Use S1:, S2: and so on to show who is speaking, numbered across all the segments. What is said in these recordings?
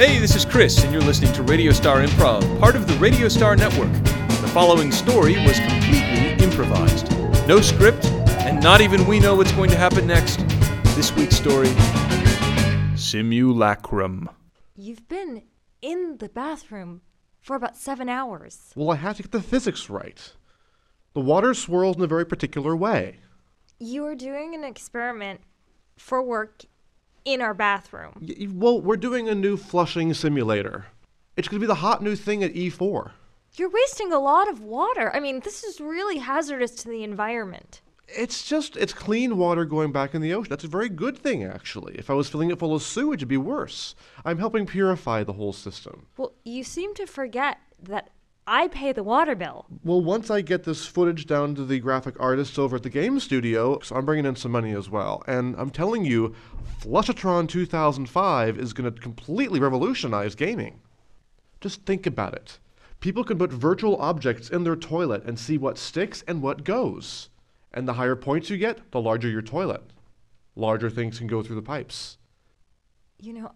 S1: Hey, this is Chris, and you're listening to Radio Star Improv, part of the Radio Star Network. The following story was completely improvised. No script, and not even we know what's going to happen next. This week's story Simulacrum.
S2: You've been in the bathroom for about seven hours.
S3: Well, I had to get the physics right. The water swirls in a very particular way.
S2: You are doing an experiment for work in our bathroom.
S3: Y- y- well, we're doing a new flushing simulator. It's going to be the hot new thing at E E4.
S2: You're wasting a lot of water. I mean, this is really hazardous to the environment.
S3: It's just, it's clean water going back in the ocean. That's a very good thing, actually. If I was filling it full of sewage, it'd be worse. I'm helping purify the whole system.
S2: Well, you seem to forget that I pay the water bill.
S3: Well, once I get this footage down to the graphic artists over at the game studio, so I'm bringing in some money as well. And I'm telling you, Flushatron 2005 is going to completely revolutionize gaming. Just think about it. People can put virtual objects in their toilet and see what sticks and what goes. And the higher points you get, the larger your toilet. Larger things can go through the pipes.
S2: You know,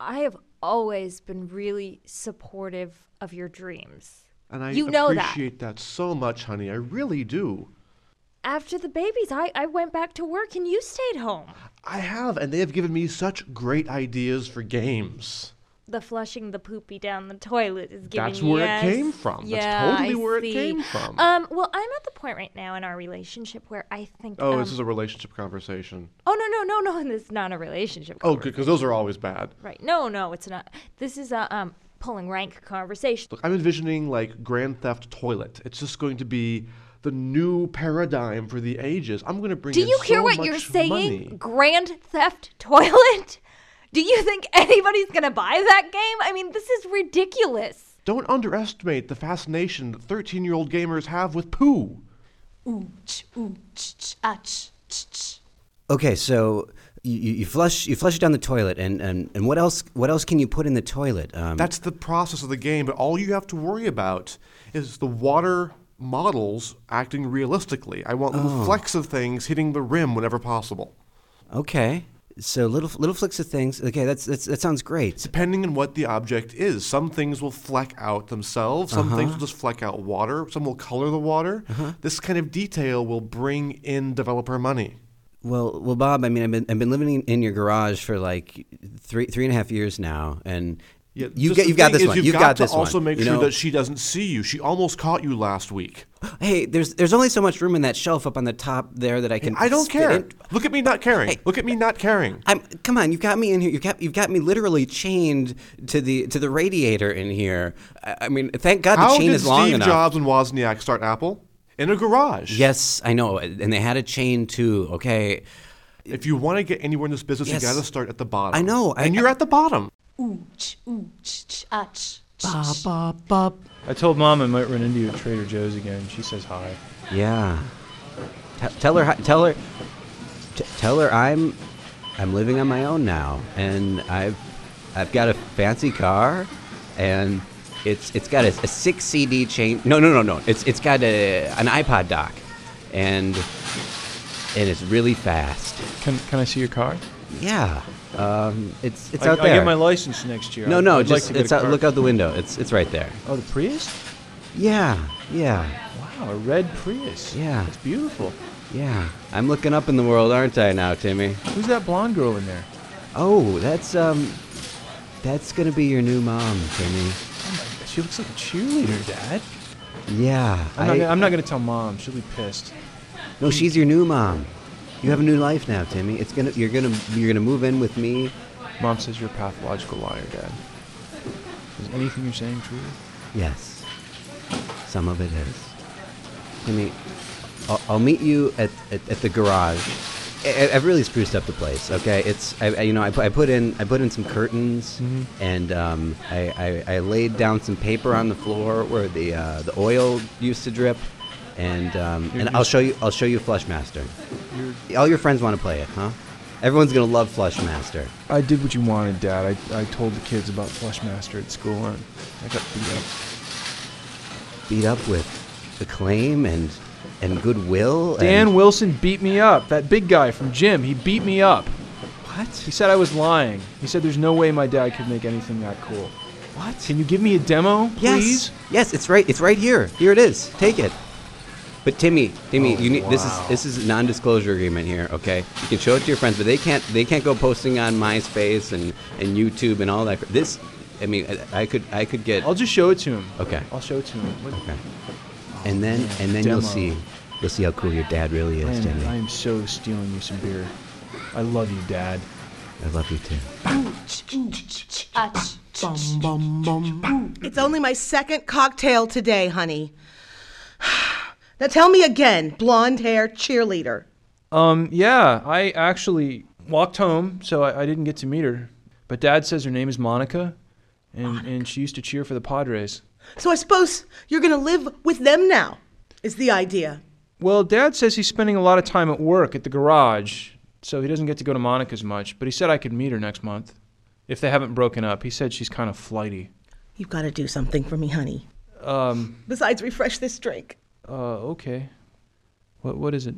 S2: I have always been really supportive of your dreams.
S3: And I
S2: You know that.
S3: appreciate that so much, honey. I really do.
S2: After the babies, I, I went back to work and you stayed home.
S3: I have, and they have given me such great ideas for games.
S2: The flushing the poopy down the toilet is giving
S3: That's where it came
S2: yes.
S3: from. That's
S2: Yeah,
S3: totally
S2: I
S3: where it
S2: see.
S3: came from.
S2: Um, well, I'm at the point right now in our relationship where I think.
S3: Oh,
S2: um,
S3: this is a relationship conversation.
S2: Oh no no no no! This is not a relationship.
S3: Oh, good, because those are always bad.
S2: Right? No no, it's not. This is a um pulling rank conversation.
S3: Look, I'm envisioning like Grand Theft Toilet. It's just going to be the new paradigm for the ages. I'm going to bring.
S2: Do
S3: in
S2: you hear
S3: so
S2: what you're
S3: much
S2: saying?
S3: money.
S2: Grand theft toilet. Do you think anybody's gonna buy that game? I mean, this is ridiculous.
S3: Don't underestimate the fascination that 13-year-old gamers have with poo.
S4: Okay, so you- you, you flush you flush it down the toilet, and, and, and what else what else can you put in the toilet? Um,
S3: That's the process of the game, but all you have to worry about is the water models acting realistically. I want little
S4: Oh.
S3: flecks of things hitting the rim whenever possible.
S4: okay, so little little flicks of things. Okay, that's, that's that sounds great.
S3: depending on what the object is. Some things will fleck out themselves. Some
S4: Uh-huh.
S3: things will just fleck out water. Some will color the water. This kind of detail will bring in developer money.
S4: Well, well, Bob, I mean, I've been I've been living in, in your garage for like three three and a half years now, and you
S3: just
S4: get
S3: the
S4: you've got
S3: thing
S4: this
S3: is
S4: one.
S3: You've,
S4: You've,
S3: got, to
S4: this
S3: also
S4: one.
S3: make
S4: you
S3: sure
S4: know?
S3: that she doesn't see you. She almost caught you last week.
S4: hey, there's there's only so much room in that shelf up on the top there that I can.
S3: I don't
S4: fit
S3: care.
S4: in. uh,
S3: Look at me not caring. Look at me not caring.
S4: I'm, come on, you've got me in here. You've got, you've got me literally chained to the to the radiator in here. I, I mean, thank God
S3: How
S4: the chain
S3: did
S4: is long
S3: Steve
S4: enough.
S3: Jobs and Wozniak start Apple? In a garage.
S4: Yes, I know, and they had a chain too. Okay,
S3: If you want to get anywhere in this business,
S4: Yes.
S3: you got to start at the bottom.
S4: I know, I-
S3: And you're at the bottom.
S5: I told mom I might run into you at Trader Joe's again. She says hi.
S4: yeah. T- tell her, hi- tell her, t- tell her I'm, I'm living on my own now, and I've, I've got a fancy car, and it's it's got a, a six CD chain. No, no, no, no. It's it's got a an iPod dock, and and it's really fast.
S5: Can can I see your car?
S4: Yeah, um, it's it's
S5: I,
S4: out
S5: I
S4: there.
S5: get my license next year.
S4: no,
S5: I'd-
S4: no,
S5: I'd like
S4: just
S5: to get
S4: it's
S5: a
S4: out,
S5: car.
S4: look out the window. It's it's right there.
S5: Oh, the Prius?
S4: Yeah, yeah.
S5: Wow, a red Prius.
S4: Yeah.
S5: it's beautiful.
S4: Yeah, I'm looking up in the world, aren't I now, Timmy?
S5: Who's that blonde girl in there?
S4: Oh, that's um, that's gonna be your new mom, Timmy.
S5: Oh my God, she looks like a cheerleader, Dad.
S4: Yeah,
S5: I'm, not, gonna- I'm not gonna tell mom. She'll be pissed.
S4: no, she's your new mom. You have a new life now, Timmy. It's gonna you're gonna you're gonna move in with me.
S5: Mom says you're a pathological liar, Dad. Is anything you're saying true?
S4: Yes, some of it is. Timmy, I'll, I'll meet you at at, at the garage. I, I- I've really spruced up the place. Okay, it's I, I you know I put, I put in I put in some curtains and um, I, I I laid down some paper on the floor where the uh, the oil used to drip, and um,
S5: You're-
S4: and
S5: you're-
S4: I'll show you I'll show you Flushmaster.
S5: You're.
S4: All your friends want to play it, huh? Everyone's gonna love Flushmaster.
S5: I did what you wanted, Dad. I, I told the kids about Flushmaster at school, and I got beat up.
S4: Beat up with acclaim and and goodwill.
S5: Dan
S4: and,
S5: Wilson beat me up. That big guy from gym, he beat me up.
S1: He
S4: What?
S1: said I was lying. He said there's no way my dad could make anything that cool.
S4: What?
S1: Can you give me a demo, please?
S4: Yes. Yes, it's right. It's right here. Here it is. Take it. But Timmy, Timmy, you need this is this is a non-disclosure agreement here, okay? You can show it to your friends, but they can't they can't go posting on MySpace and and YouTube and all that. cr- This, I mean, I, I could I could get
S1: I'll just show it to him.
S4: okay,
S1: I'll show it to him. What-
S4: okay, and then
S1: man,
S4: and then you'll
S1: demo.
S4: see you'll see how cool your dad really
S1: I
S4: is,
S1: am, I
S4: Timmy.
S1: am so stealing you some beer. I love you, Dad.
S4: I love you too.
S2: Uh, ch-
S6: It's only my second cocktail today, honey. Now tell me again, blonde hair cheerleader.
S1: Um, yeah, I actually walked home, so I, I didn't get to meet her. But Dad says her name is Monica, and, and she used to cheer for the Padres.
S6: So I suppose you're going to live with them now, is the idea.
S1: Well, Dad says he's spending a lot of time at work at the garage, so he doesn't get to go to Monica's much. But he said I could meet her next month if they haven't broken up. He said she's kind of flighty.
S6: You've got to do something for me, honey.
S1: Um,
S6: Besides, refresh this drink.
S1: uh, okay. What what is it?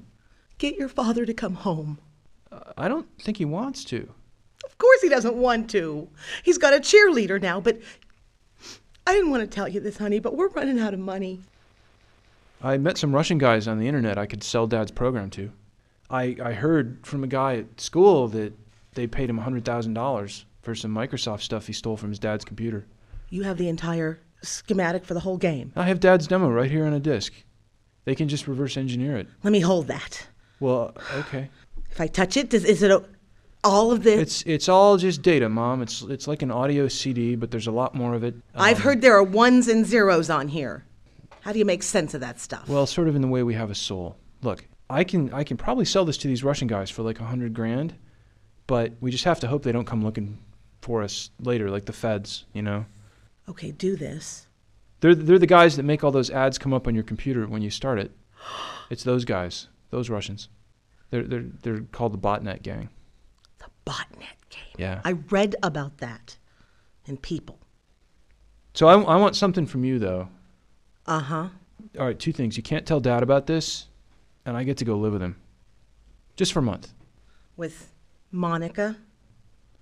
S6: Get your father to come home.
S1: I don't think he wants to.
S6: Of course, he doesn't want to. He's got a cheerleader now, but I didn't want to tell you this, honey, but we're running out of money.
S1: I met some Russian guys on the internet I could sell Dad's program to. I, I heard from a guy at school that they paid him $100,000 for some Microsoft stuff he stole from his dad's computer.
S6: You have the entire schematic for the whole game.
S1: I have Dad's demo right here on a disk. They can just reverse engineer it.
S6: Let me hold that.
S1: Well, okay.
S6: If I touch it, does, is it a, all of this?
S1: It's it's all just data, Mom. It's it's like an audio CD, but there's a lot more of it.
S6: I've
S1: Um,
S6: heard there are ones and zeros on here. How do you make sense of that stuff?
S1: Well, sort of in the way we have a soul. Look, I can I can probably sell this to these Russian guys for like a hundred grand, but we just have to hope they don't come looking for us later, like the feds. You know,
S6: okay, do this.
S1: they're they're the guys that make all those ads come up on your computer when you start it. It's those guys, those Russians. They're they're they're called the botnet gang.
S6: The botnet game.
S1: Yeah.
S6: I read about that in People.
S1: So I I want something from you though.
S6: Uh huh.
S1: All right, two things. You can't tell Dad about this, and I get to go live with him, just for a month.
S6: With Monica.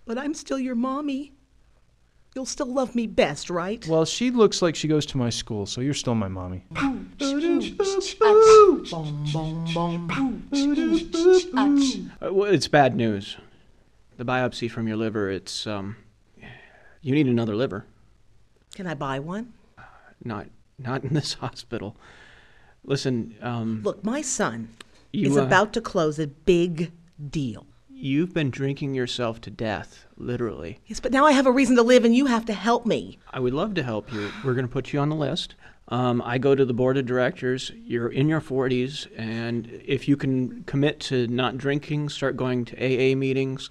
S6: But I'm still your mommy. You'll still love me best, right?
S1: Well, she looks like she goes to my school, so you're still my mommy.
S7: Uh, well, it's bad news. The biopsy from your liver, it's, um, you need another liver.
S6: Can I buy one?
S7: Not, not in this hospital. Listen, um,
S6: Look, my son
S7: You,
S6: is
S7: uh,
S6: about to close a big deal.
S7: you've been drinking yourself to death, literally.
S6: Yes, but now I have a reason to live and you have to help me.
S7: I would love to help you. We're going to put you on the list. Um, I go to the board of directors. You're in your 40s, and if you can commit to not drinking, start going to AA meetings,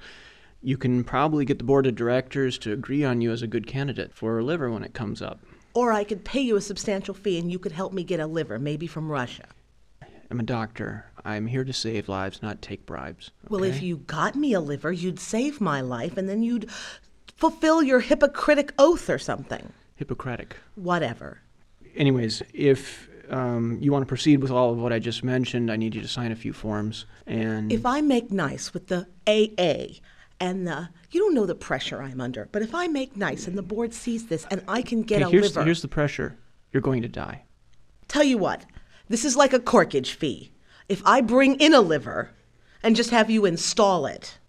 S7: you can probably get the board of directors to agree on you as a good candidate for a liver when it comes up.
S6: Or I could pay you a substantial fee and you could help me get a liver, maybe from Russia.
S7: I'm a doctor. I'm here to save lives, not take bribes.
S6: Well, if
S7: okay?
S6: you got me a liver, you'd save my life and then you'd fulfill your Hippocratic oath or something.
S7: Hippocratic.
S6: Whatever.
S7: Anyways, if um, you want to proceed with all of what I just mentioned, I need you to sign a few forms. And
S6: If I make nice with the AA and the, you don't know the pressure I'm under, but if I make nice and the board sees this and I can get
S7: Okay,
S6: a
S7: here's,
S6: liver,
S7: here's the pressure you're going to die.
S6: tell you what, this is like a corkage fee. If I bring in a liver and just have you install it,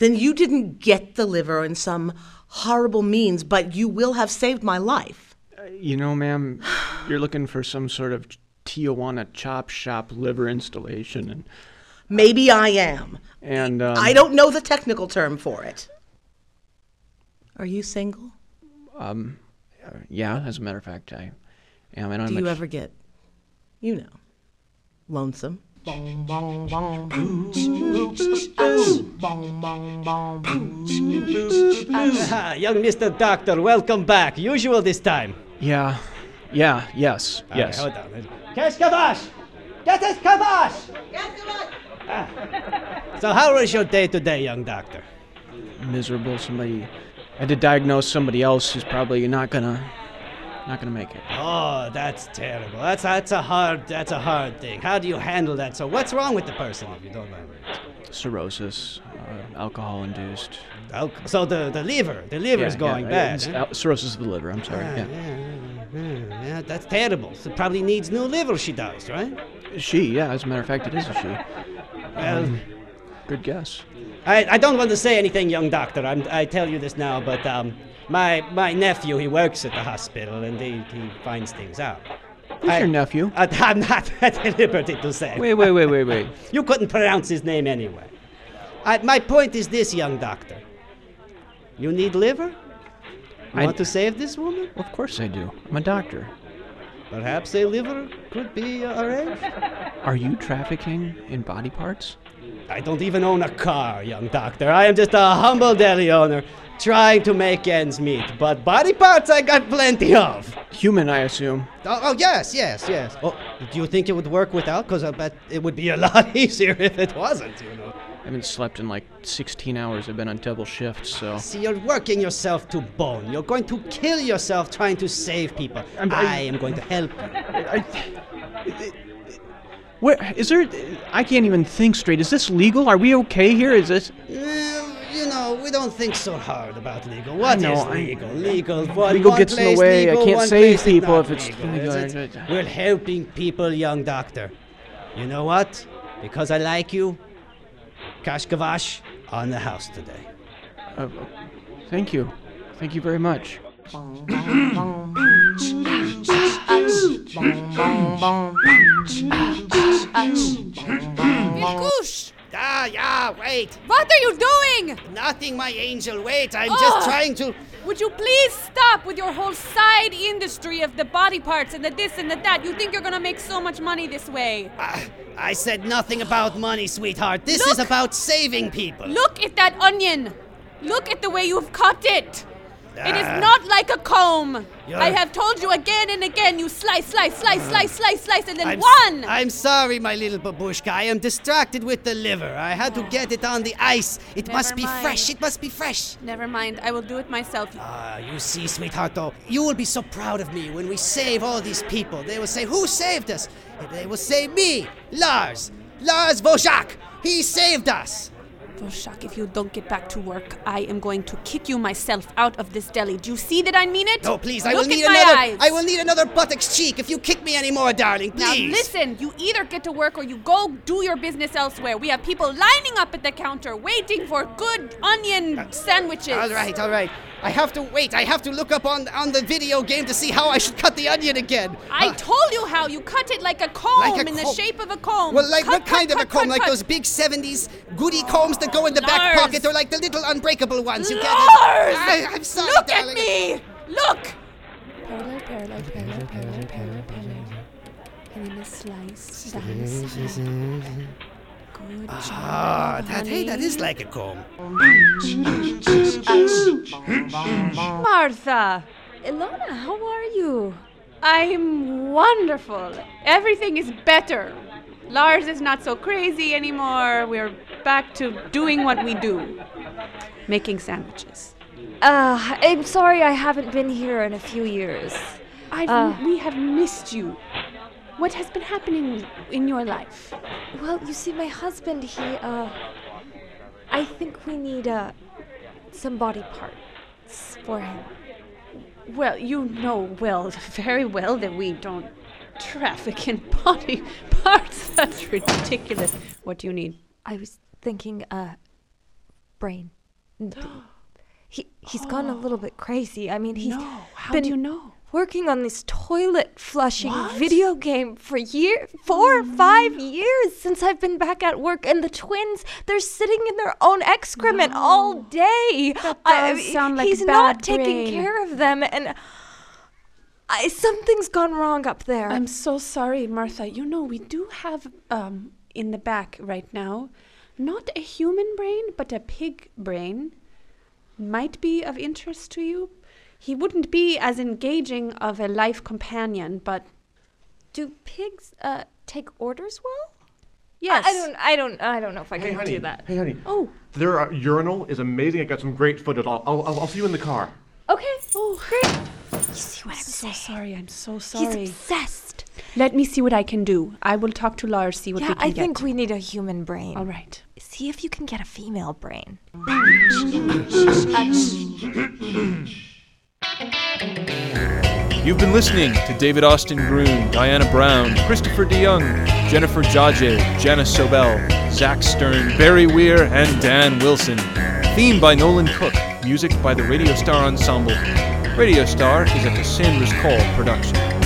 S6: then you didn't get the liver in some horrible means, but you will have saved my life.
S7: You know, ma'am, you're looking for some sort of Tijuana chop shop liver installation, and
S6: Maybe I am.
S7: and um,
S6: I don't know the technical term for it. Are you single?
S7: um, Yeah, as a matter of fact, I am. And I'm
S6: Do
S7: a
S6: you
S7: ch-
S6: ever get, you know, lonesome?
S8: Ah, young Mr. Doctor, welcome back. Usual this time.
S7: Yeah, yeah, yes, yes.
S8: Hold on. Keskavash! Keskavash! So, how was your day today, young doctor?
S7: Miserable. Somebody. I had to diagnose somebody else who's probably not gonna, not gonna make it.
S8: Oh, that's terrible. That's that's a hard that's a hard thing. How do you handle that? So, what's wrong with the person, if you don't mind? me asking?
S7: Cirrhosis, uh, alcohol induced.
S8: Oh, so the, the liver, the liver's going bad.
S7: it's
S8: huh? Ah,
S7: al- cirrhosis of the liver. I'm sorry. Yeah.
S8: Yeah, yeah, that's terrible. She probably needs new liver, she does, right?
S7: She, yeah. As a matter of fact, it is a she. Um,
S8: Well,
S7: Good guess.
S8: I, I don't want to say anything, young doctor. I'm, I tell you this now, but um, my, my nephew, he works at the hospital and he, he finds things out.
S7: Who's
S8: I-
S7: your nephew?
S8: Uh, I'm not at liberty to say.
S7: wait, wait, wait, wait, wait.
S8: You couldn't pronounce his name anyway. I, my point is this, young doctor. You need liver? You
S7: I-
S8: want to save this woman?
S7: Of course I do. I'm a doctor.
S8: Perhaps a liver could be uh, arranged?
S7: Are you trafficking in body parts?
S8: I don't even own a car, young doctor. I am just a humble deli owner trying to make ends meet. But body parts I got plenty of.
S7: Human, I assume.
S8: Oh, oh yes, yes, yes. Oh, do you think it would work without? Because I bet it would be a lot easier if it wasn't, you know.
S7: I haven't slept in like 16 hours. I've been on double shifts, so.
S8: See, you're working yourself to bone. You're going to kill yourself trying to save people.
S7: I'm-
S8: I,
S7: I-
S8: am going to help you.
S7: Where is there? I can't even think straight. Is this legal? Are we okay here? Is this?
S8: Uh, you know, we don't think so hard about legal. What is
S7: know, I-
S8: legal? legal. One,
S7: Legal
S8: one
S7: gets in the
S8: place
S7: way. I
S8: legal,
S7: can't
S8: one
S7: save
S8: place is
S7: people
S8: not
S7: if it's
S8: legal.
S7: legal.
S8: we're helping people, young doctor. You know what? Because I like you, Kashkavash on the house today.
S7: Uh, thank you, thank you very much.
S9: Ilkush!
S8: Ah, yeah, wait.
S9: What are you doing?
S8: Nothing, my angel. Wait, I'm
S9: Ugh.
S8: just trying to.
S9: Would you please stop with your whole side industry of the body parts and the this and the that? You think you're gonna make so much money this way?
S8: Ah, I said nothing about money, sweetheart. This is
S9: Look.
S8: about saving people.
S9: Look at that onion! Look at the way you've cut it! It is
S8: Ah.
S9: not like a comb!
S8: Yeah.
S9: I have told you again and again you slice, slice, slice, slice, slice, slice, and then
S8: Mm. I'm,
S9: one!
S8: I'm sorry, my little babushka. I am distracted with the liver. I had to get it on the ice. It must be
S9: mind.
S8: fresh. It must be fresh.
S9: Never mind, I will do it myself.
S8: Ah, you see, sweetheart, though, you will be so proud of me when we save all these people. They will say, Who saved us? And they will say, Me, Lars. Lars Vojak. He saved us.
S9: Voshak, if you don't get back to work, I am going to kick you myself out of this deli. Do you see that I mean it?
S8: No, please, I
S9: Look
S8: will need
S9: at my
S8: another.
S9: eyes.
S8: I will need another buttocks cheek if you kick me anymore, darling.
S9: Now
S8: Please.
S9: listen, you either get to work or you go do your business elsewhere. We have people lining up at the counter waiting for good
S8: Uh,
S9: onion sandwiches.
S8: All right, all right. I have to wait. I have to look up on on the video game to see how I should cut the onion again.
S9: I
S8: Ah.
S9: told you how you cut it like a comb
S8: Like a
S9: in the
S8: comb.
S9: shape of a comb.
S8: Well, like
S9: Cut,
S8: what
S9: cut,
S8: kind of a
S9: cut,
S8: comb?
S9: cut,
S8: like
S9: cut.
S8: those big 70s goody combs that go in the back
S9: Lars.
S8: pocket, or like the little unbreakable ones you get?
S9: Lars!
S8: I, I'm sorry,
S9: Look
S8: darling.
S9: at me! Look!
S8: Ah, that, hey, that is like a comb.
S2: Martha!
S10: Ilona, how are you?
S2: I'm wonderful. Everything is better.
S9: Lars is not so crazy anymore. We're back to doing what we do making sandwiches.
S10: Uh, I'm sorry I haven't been here in a few years.
S9: I've,
S10: Uh.
S9: we have missed you. What has been happening in your life?
S10: Well, you see, my husband, he, uh, I think we need, uh, some body parts for him.
S9: Well, you know well, very well, that we don't traffic in body parts. That's ridiculous. What do you need?
S10: I was thinking, uh, brain. N- b- he, he's gone a little bit crazy. I mean, he's
S9: Oh. How
S10: been
S9: do you know?
S10: working on this toilet flushing video game for year four or five years since I've been back at work and the twins they're sitting in their own excrement all day. That
S9: does sound like
S10: he's
S9: bad
S10: not taking
S9: brain.
S10: care of them and I, something's gone wrong up there.
S9: I'm so sorry, Martha. You know, we do have um, in the back right now not a human brain, but a pig brain. Might be of interest to you. He wouldn't be as engaging of a life companion, but
S10: do pigs uh, take orders well?
S9: yes.
S10: I don't I don't I don't know if I
S3: Hey,
S10: can
S3: honey.
S10: do that.
S3: Hey, honey.
S9: Oh,
S3: Their uh, urinal is amazing. I got some great footage. I'll, I'll, I'll I'll see you in the car.
S10: Okay. Oh, great. You see what I'm
S9: so
S10: saying?
S9: sorry. I'm so sorry.
S10: He's obsessed.
S9: Let me see what I can do. I will talk to Lars, see what
S10: yeah,
S9: we can
S10: I
S9: get.
S10: think we need a human brain.
S9: All right.
S10: Is See if you can get a female brain.
S1: You've been listening to David Austin Groon, Diana Brown, Christopher DeYoung, Jennifer Jaje, Janice Sobel, Zach Stern, Barry Weir, and Dan Wilson. Theme by Nolan Cook. Music by the Radio Star Ensemble. Radio Star is a Cassandra's Call production.